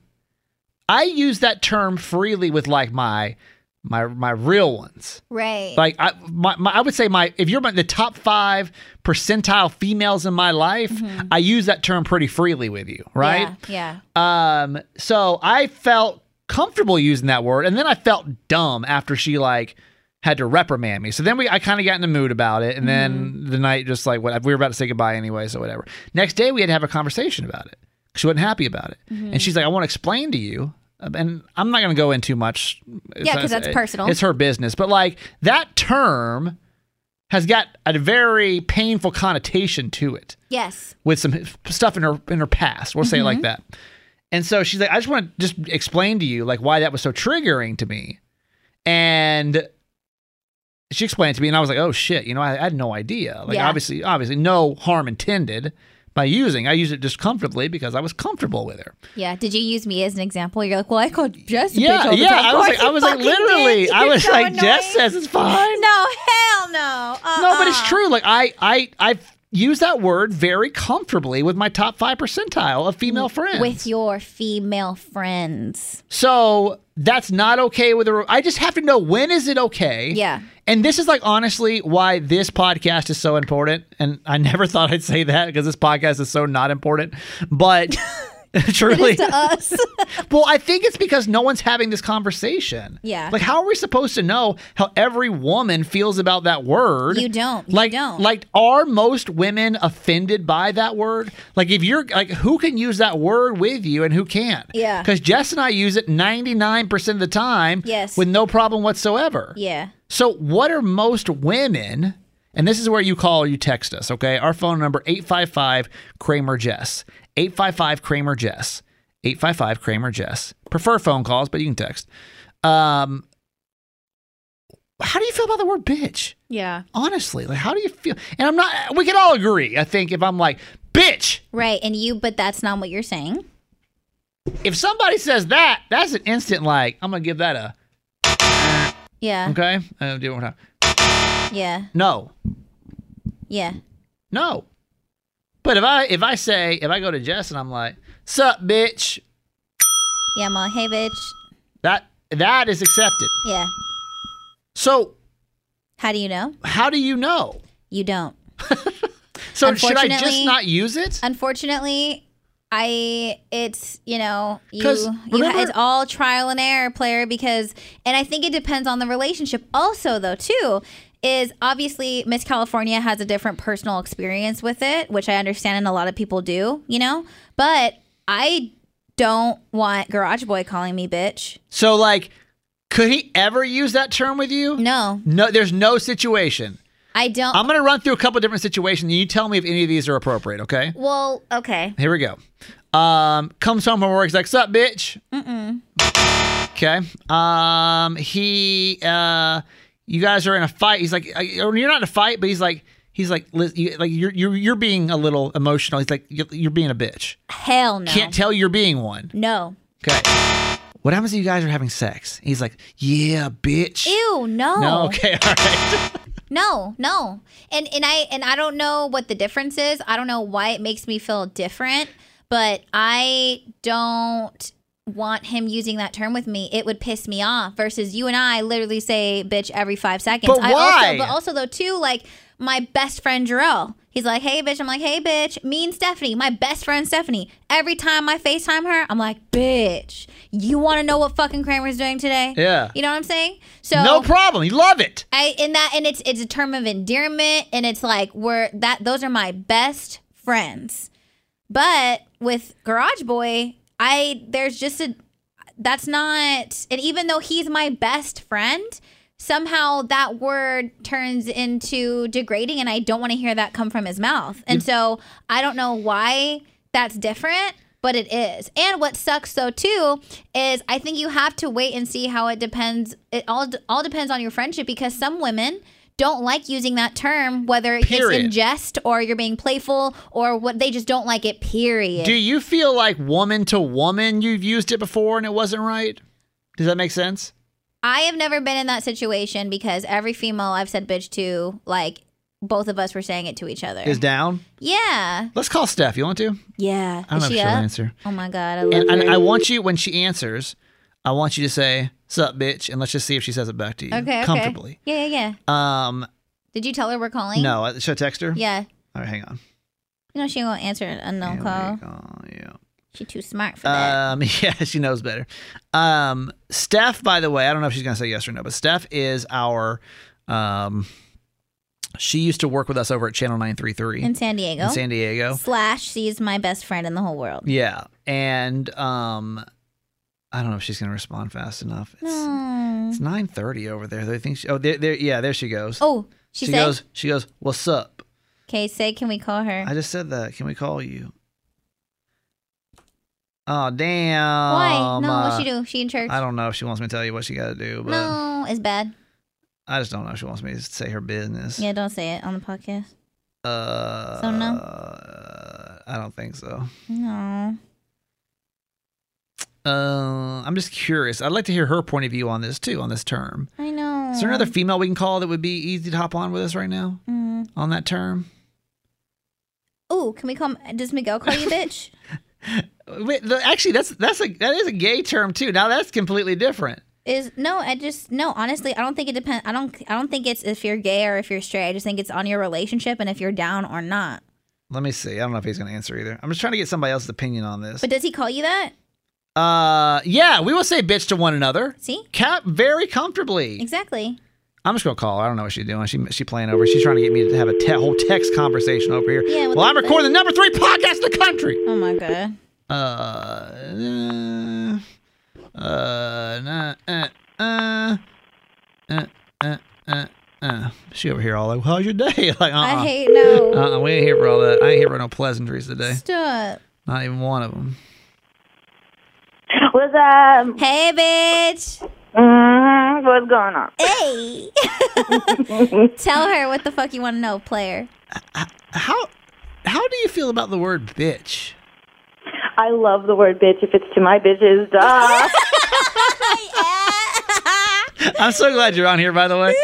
I use that term freely with like my my my real ones. Right. Like I, my, my, I would say my if you're my, the top five percentile females in my life, I use that term pretty freely with you, right? Mm-hmm. Yeah. Um, so I felt comfortable using that word, and then I felt dumb after she like had to reprimand me. So then we, I kind of got in the mood about it, and then Mm-hmm. the night just like what we were about to say goodbye anyway, so whatever. Next day we had to have a conversation about it. She wasn't happy about it, Mm-hmm. and she's like, "I want to explain to you." um, And I'm not going to go in too much. It's- 'cause that's it- personal. It's her business. But like that term has got a very painful connotation to it Yes. with some stuff in her in her past. We'll say Mm-hmm. it like that. And so she's like, I just want to just explain to you like why that was so triggering to me. And she explained it to me, and I was like, oh shit, you know, I, I had no idea. Like Yeah. obviously, obviously, no harm intended by using. I used it just comfortably because I was comfortable with her. Yeah. Did you use me as an example? You're like, well, I called Jess. a bitch yeah, all the yeah. time. I Of was like, course you I was like, fucking did. literally, I You're was so like, Jess annoying. says it's fine. No, hell no. Uh-uh. No, but it's true. Like I, I, I've used that word very comfortably with my top five percentile of female friends. With your female friends. So that's not okay with the. I just have to know when is it okay. Yeah. And this is like honestly why this podcast is so important. And I never thought I'd say that because this podcast is so not important. But truly, To us. well, I think it's because no one's having this conversation. Yeah. Like, how are we supposed to know how every woman feels about that word? You don't. You Like, don't. like, are most women offended by that word? Like, if you're like, who can use that word with you and who can't? Yeah. Because Jess and I use it 99% of the time. Yes. With no problem whatsoever. yeah. So, what are most women? And this is where you call or you text us, okay? Our phone number 855 Kramer Jess. 855 Kramer Jess. 855 Kramer Jess. Prefer phone calls, but you can text. Um How do you feel about the word bitch? Yeah. Honestly, like how do you feel? And I'm not we can all agree, I think if I'm like, bitch, Right. And you, but that's not what you're saying. if somebody says that, that's an instant like, I'm going to give that a Yeah. okay? Uh, do it one more time. Yeah. No. Yeah. No. But if I if I say if I go to Jess and I'm like, "Sup, bitch," Yeah, ma. Hey, bitch. that that is accepted. Yeah. So How do you know? how do you know? You don't. So should I just Unfortunately- not use it? Unfortunately, I it's you know you 'Cause you ha- remember- it's all trial and error player because and I think it depends on the relationship also though too is obviously Miss California has a different personal experience with it which I understand and a lot of people do you know but I don't want Garage Boy calling me bitch So like, could he ever use that term with you? no No, there's no situation. I don't I'm gonna run through a couple different situations, and you tell me if any of these are appropriate. Okay. well okay Here we go. Um, comes home from work. He's like, "Sup, bitch." Mm-mm. Okay. Um, he, uh, you guys are in a fight. He's like, I, or you're not in a fight, but he's like, he's like, "Liz- you, like you're you're you're being a little emotional. He's like, you're, you're being a bitch. hell no Can't tell you're being one. no Okay. What happens if you guys are having sex? He's like, yeah, bitch. ew no No. Okay. All right. No, no. And and I and I don't know what the difference is. I don't know why it makes me feel different, but I don't want him using that term with me. It would piss me off versus you and I literally say bitch every 5 seconds. But I why? also but also though too like my best friend Jarrell. He's like, "Hey bitch." I'm like, "Hey bitch." Me and Stephanie, my best friend Stephanie. Every time I FaceTime her, I'm like, "Bitch, you want to know what fucking Kramer's doing today?" Yeah. You know what I'm saying? So No problem. You love it. I in that and it's it's a term of endearment and it's like we're that those are my best friends. But with Garage Boy, I there's just a that's not and even though he's my best friend, somehow that word turns into degrading and I don't want to hear that come from his mouth. And so I don't know why that's different. But it is. And what sucks though too is I think you have to wait and see how it depends it all all depends on your friendship because some women don't like using that term whether it's in Period. jest or you're being playful or what they just don't like it period. Do you feel like woman to woman you've used it before and it wasn't right? Does that make sense? I have never been in that situation because every female I've said bitch to, like, both of us were saying it to each other. Is down. yeah. Let's call Steph. You want to? Yeah. I don't Is know if she she'll up? answer. Oh my God. I love And, and her. I want you when she answers, I want you to say, sup, bitch, and let's just see if she says it back to you Okay. okay. comfortably. Yeah, yeah, yeah. Um, Did you tell her we're calling? no, I- should I text her? Yeah. All right, hang on. You know she won't answer an Here unknown we call. go, yeah. She too smart for that. Um, yeah, she knows better. Um, Steph, by the way, I don't know if she's gonna say yes or no, but Steph is our. Um, she used to work with us over at Channel Nine Three Three In San Diego. in San Diego. Slash, she's my best friend in the whole world. Yeah, and um, I don't know if she's gonna respond fast enough. It's Hmm. it's nine thirty over there. They think. She, oh, there, there. Yeah, there she goes. Oh, she, she, said, goes. She goes. What's up? "Okay, say, can we call her?" I just said that. Can we call you? Oh damn! Why? No, Uh, what she do? She in church? I don't know if she wants me to tell you what she got to do, but No, it's bad. I just don't know if she wants me to say her business. Yeah, don't say it on the podcast. Uh, So no? I don't think so. No. Uh, I'm just curious. I'd like to hear her point of view on this too, on this term. I know. Is there another female we can call that would be easy to hop on with us right now Mm. on that term? Ooh, can we call? Does Miguel call you, bitch? Wait, th- actually, that's that's a that is a gay term too. Now that's completely different. Is no, I just no. Honestly, I don't think it depends. I don't. I don't think it's if you're gay or if you're straight. I just think it's on your relationship and if you're down or not. Let me see. I don't know if he's going to answer either. I'm just trying to get somebody else's opinion on this. But does he call you that? uh, yeah, we will say bitch to one another. See, Cap very comfortably. exactly. I'm just gonna call her. I don't know what she's doing. She she playing over. She's trying to get me to have a te- whole text conversation over here. Yeah, what well, the I'm recording the number three podcast in the country. Oh my god. Uh, uh, uh, nah, uh, uh, uh, uh, uh, uh. She over here all like, "How's your day?" like, uh, I uh-uh. hate no. uh, we ain't here for all that. I ain't here for no pleasantries today. Stop. Not even one of them. What's up? Hey, bitch. Mm, what's going on? Hey. Tell her what the fuck you want to know, player. How how do you feel about the word bitch? I love the word bitch if it's to my bitches. Duh. I'm so glad you're on here, by the way.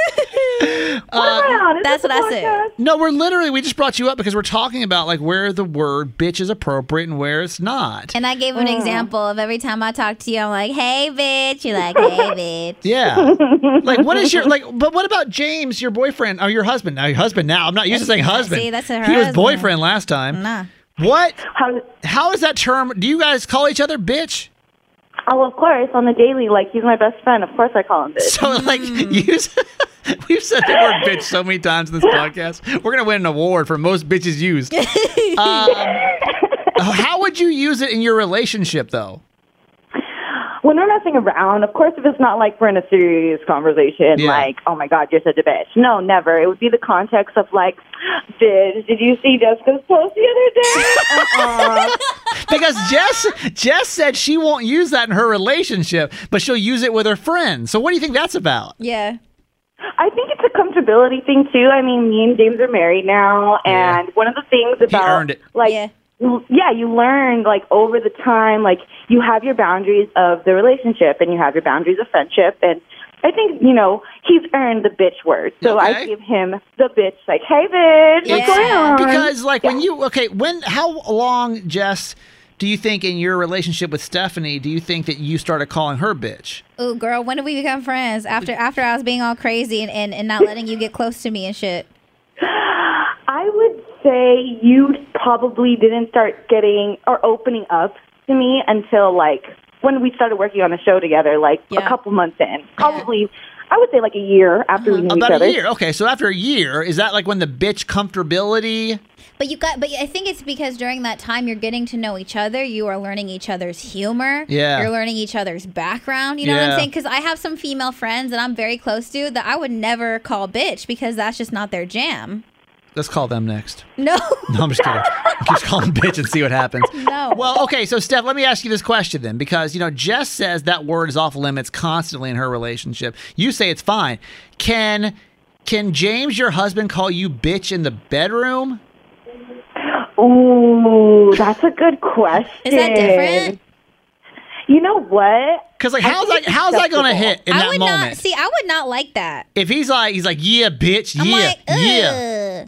Uh, That's what I said. No, we're literally we just brought you up because we're talking about like where the word bitch is appropriate and where it's not. And I gave him an example of every time I talk to you, I'm like, hey, bitch. You're like, hey, bitch. Yeah. like what is your like but what about James, your boyfriend or your husband? Now your husband now. I'm not used to saying husband. See, that's her he was husband. boyfriend last time. Nah. What How, how is that term do you guys call each other bitch? oh, of course, on the daily, like he's my best friend. Of course, I call him bitch. So like Mm. use We've said the word bitch so many times in this podcast. We're gonna win an award for most bitches used. Um, how would you use it in your relationship, though? When we're messing around, of course, if it's not like we're in a serious conversation, Yeah. like, oh my God, you're such a bitch. No, never. It would be the context of like, bitch, did you see Jessica's post the other day? uh-uh. because Jess Jess said she won't use that in her relationship, but she'll use it with her friends. So what do you think that's about? Yeah. I think it's a comfortability thing, too. I mean, me and James are married now, Yeah. and one of the things about. earned it. Like, Yeah. Well, yeah, you learn like over the time, like you have your boundaries of the relationship and you have your boundaries of friendship. And I think, you know, he's earned the bitch word. So Okay. I give him the bitch, like, hey, bitch, Yeah. what's going on? Because like when you okay, when how long Jess do you think in your relationship with Stephanie do you think that you started calling her bitch? Ooh, girl, when did we become friends? After after I was being all crazy and, and, and not letting you get close to me and shit. I would say you probably didn't start getting or opening up to me until like when we started working on the show together, like Yeah. Uh-huh. a couple months in. Probably, I would say like a year after we knew each About other. a year. Okay, so after a year, is that like when the bitch comfortability? But you got but I think it's because during that time you're getting to know each other, you are learning each other's humor. Yeah. You're learning each other's background. You know what Yeah. I'm saying? Because I have some female friends that I'm very close to that I would never call bitch because that's just not their jam. Let's call them next. No. No, I'm just kidding. Just call them bitch and see what happens. No. Well, okay, so Steph, let me ask you this question then, because you know Jess says that word is off limits constantly in her relationship. You say it's fine. Can can James, your husband, call you bitch in the bedroom? Ooh, that's a good question. Is that different? You know what? Because like, I how's think that it's how's that gonna acceptable. hit in I that would moment? not see I would not like that. if he's like he's like yeah, bitch, I'm yeah, like, Ugh. yeah,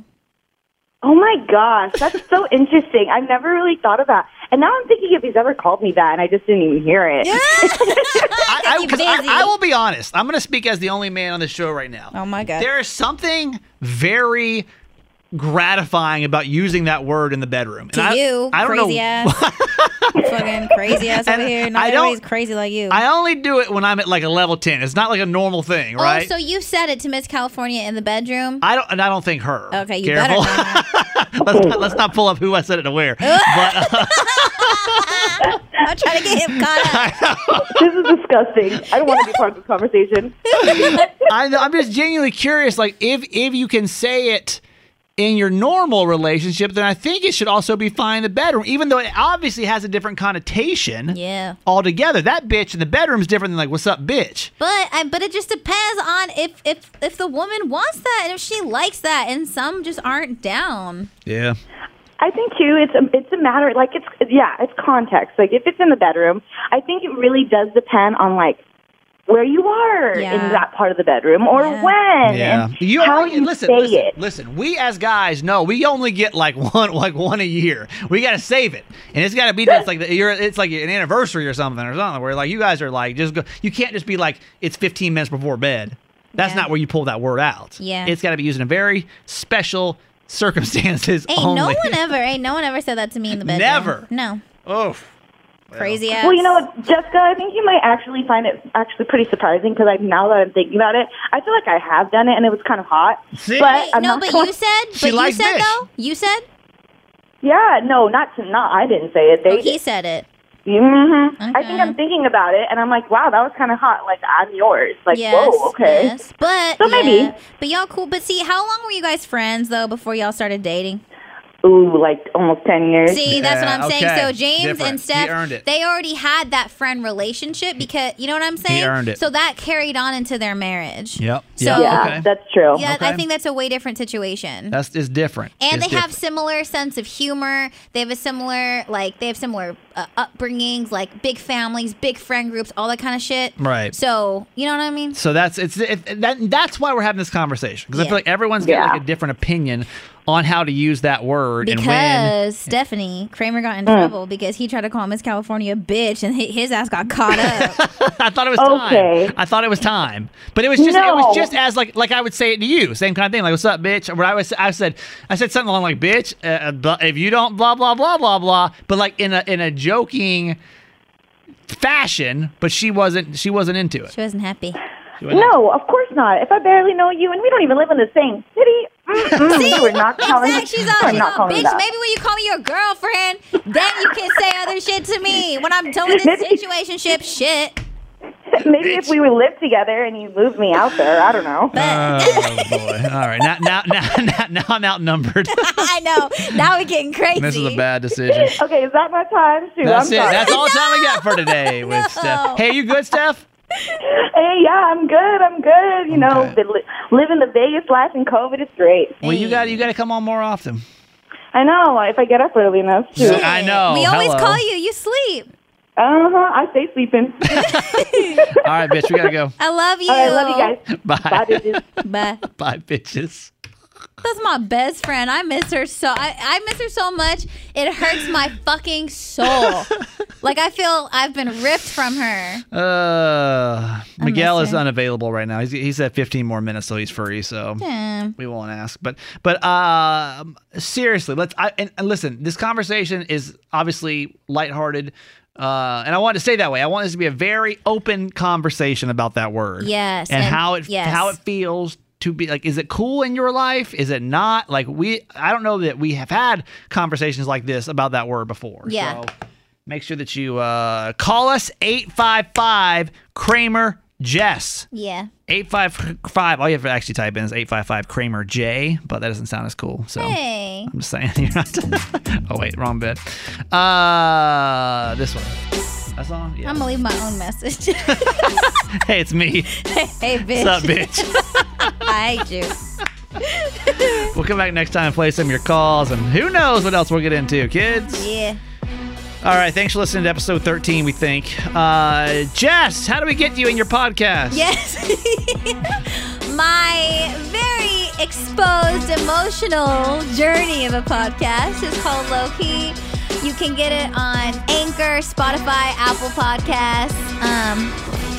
Oh my gosh, that's so interesting. I've never really thought about. And now I'm thinking if he's ever called me that, and I just didn't even hear it. I, I, you 'cause I- busy. I will be honest. I'm going to speak as the only man on the show right now. Oh my God. There is something very gratifying about using that word in the bedroom. to I, you, I don't crazy know. ass, fucking crazy ass over And here. Not I don't- everybody's crazy like you. I only do it when I'm at like a level ten. It's not like a normal thing, right? Oh, so you said it to Miss California in the bedroom? I don't, and I don't think her. okay, you Careful. better not. let's, not, let's not pull up who I said it to where. but uh, I'm trying to get him caught up. This is disgusting. I don't want to be part of this conversation. I, I'm just genuinely curious. Like, if if you can say it in your normal relationship, then I think it should also be fine in the bedroom, even though it obviously has a different connotation Yeah. altogether. That bitch in the bedroom is different than like, "What's up, bitch?" But I, but it just depends on if if if the woman wants that and if she likes that, and some just aren't down. Yeah. I think too, it's a, it's a matter like it's yeah, it's context. Like if it's in the bedroom, I think it really does depend on like where you are Yeah. in that part of the bedroom or Yeah. when Yeah. and how you listen, say listen, it. listen. We as guys know we only get like one, like one a year. We gotta save it, and it's gotta be that's like the, you're, it's like an anniversary or something or something where like you guys are like just go. You can't just be like it's 15 minutes before bed. That's Yeah. not where you pull that word out. Yeah. it's gotta be used in a very special circumstances Ain't only. no one ever, ain't no one ever said that to me in the bedroom. Never. No. oh, Crazy ass. Well, you know what, Jessica, I think you might actually find it actually pretty surprising because like now that I'm thinking about it, I feel like I have done it and it was kind of hot. See? But I'm no, not but going- you said, She but you likes said fish. though, you said, yeah, no, not to, not I didn't say it. They oh, he said it. hmm I Okay. think I'm thinking about it and I'm like, wow, that was kind of hot. Like I'm yours. Like yes, whoa, okay. yes. But So yeah. maybe. but y'all cool. But see, how long were you guys friends though before y'all started dating? Ooh, like almost ten years. See, that's what Yeah, I'm saying. Uh, okay. So James Different. and He Steph, earned it. they already had that friend relationship because you know what I'm saying. earned it. So that carried on into their marriage. Yep. So Yeah, Yeah, Okay. that's true. Oh, yeah, I Okay. think that's a way different situation. that's is different. and It's they have different. similar sense of humor. They have a similar like they have similar uh, upbringings, like big families, big friend groups, all that kind of shit. Right. So you know what I mean? So that's it's it, that that's why we're having this conversation because I Yeah. feel like everyone's got like Yeah. a different opinion on how to use that word and when. Because Stephanie Kramer got Hmm. in trouble because he tried to call Miss California a bitch and hi- his ass got caught up. I thought it was time. Okay. I thought it was time, but it was just it No. was just as like like I would say it to you, same kind of thing. Like, what's up, bitch? Where I was, I said I said something along like, bitch, uh, uh, blah- if you don't blah blah blah blah blah, but like in a in a joking fashion. But she wasn't she wasn't into it. she wasn't happy. No, of course not. If I barely know you and we don't even live in the same city, mm-mm, we were not calling. Zach, she's all, we're she's not all calling bitch. that. Maybe when you call me your girlfriend, then you can say other shit to me when I'm doing this Maybe- situationship shit. Maybe, if we would live together and you moved me out there, I don't know. Oh boy! All right, now now now now, now I'm outnumbered. I know. Now we're getting crazy. this is a bad decision. Okay, is that my time? Shoot, That's I'm it. sorry. That's all the time we got for today with No. Steph. Hey, you good, Steph? hey, yeah, I'm good. I'm good. You know, Okay. the, li- living the Vegas life in COVID is great. Well, you got you got to come on more often. I know. If I get up early enough, too. Yeah. I know. We always Hello. call you. You sleep. Uh huh. I stay sleeping. All right, bitch, we gotta go. I love you. all right, love you guys. Bye, Bye, bitches. Bye. bye, bitches. That's my best friend. I miss her so. I, I miss her so much. It hurts my fucking soul. like I feel I've been ripped from her. Uh, Miguel miss is her. unavailable right now. He's he's at 15 more minutes till he's free, so Hmm. we won't ask. But but um, seriously, let's. I, and, and listen, this conversation is obviously lighthearted. Uh, and I want to say that way. I want this to be a very open conversation about that word. Yes, And, and- how it yes. how it feels to be like, is it cool in your life? Is it not? Like we, I don't know that we have had conversations like this about that word before. Yeah. So make sure that you uh, call us eight five five Kramer Jess. Yeah. 855 all you have to actually type in is 855 kramer j but that doesn't sound as cool so Hey. i'm just saying you're not oh wait wrong bit uh this one that song yeah I'm gonna leave my own message. hey it's me hey, bitch. what's up bitch I hate you. we'll come back next time and play some of your calls and who knows what else we'll get into kids Yeah. all right thanks for listening to episode 13 we think uh jess how do we get you in your podcast Yes. My very exposed emotional journey of a podcast. It's called Low Key. You can get it on Anchor, Spotify, Apple Podcasts. Um,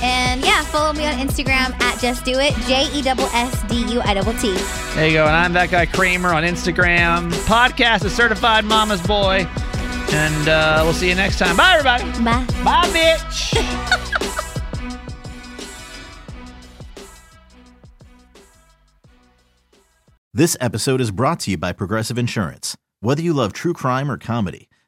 and yeah, follow me on Instagram at Just Do It, J E S S D U I T T. There you go. And I'm that guy Kramer on Instagram. Podcast is Certified Mama's Boy. And uh, we'll see you next time. Bye, everybody. Bye. Bye, bitch. This episode is brought to you by Progressive Insurance. Whether you love true crime or comedy,